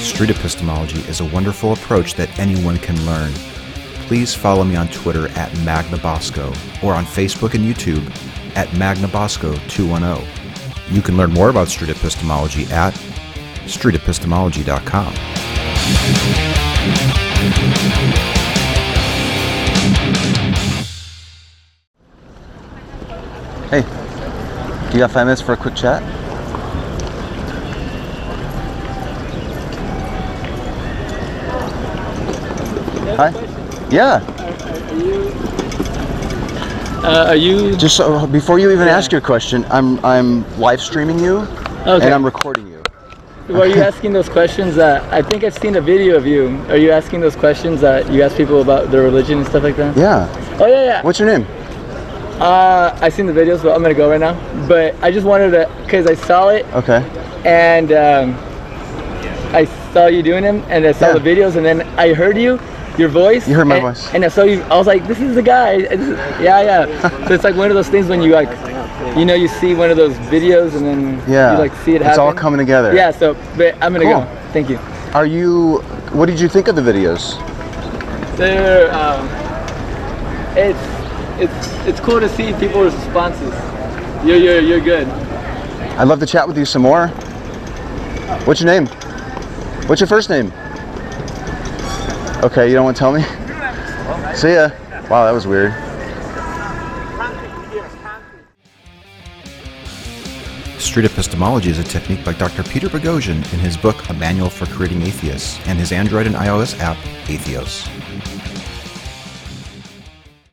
Street epistemology is a wonderful approach that anyone can learn. Please follow me on Twitter at Magna Bosco or on Facebook and YouTube at Magna Bosco 210. oh. You can learn more about street epistemology at streetepistemology.com. Hey, do you got five minutes for a quick chat? Hi. Yeah. Uh, are you? Just so, before you even ask your question, I'm I'm live streaming you Okay. and I'm recording you. Were you asking those questions that I think I've seen a video of you? Are you asking those questions that you ask people about their religion and stuff like that? Yeah. Oh yeah, yeah. What's your name? Uh, I've seen the videos, but I'm gonna go right now. But I just wanted to, cause I saw it Okay. and um, I saw you doing them, and I saw Yeah. the videos, and then I heard you, your voice. You heard my and- voice. And I saw you. I was like, this is the guy. This is- yeah, yeah. so it's like one of those things when you like, you know, you see one of those videos, and then Yeah. you like see it happen. It's all coming together. Yeah. So, but I'm gonna Cool. go. Thank you. Are you? What did you think of the videos? There, um, it's it's it's cool to see people's responses. You're you're you're good. I'd love to chat with you some more. What's your name? What's your first name? Okay, you don't want to tell me? See ya. Wow, that was weird. Street epistemology is a technique by Dr. Peter Boghossian in his book A Manual for Creating Atheists and his Android and iOS app, Atheos.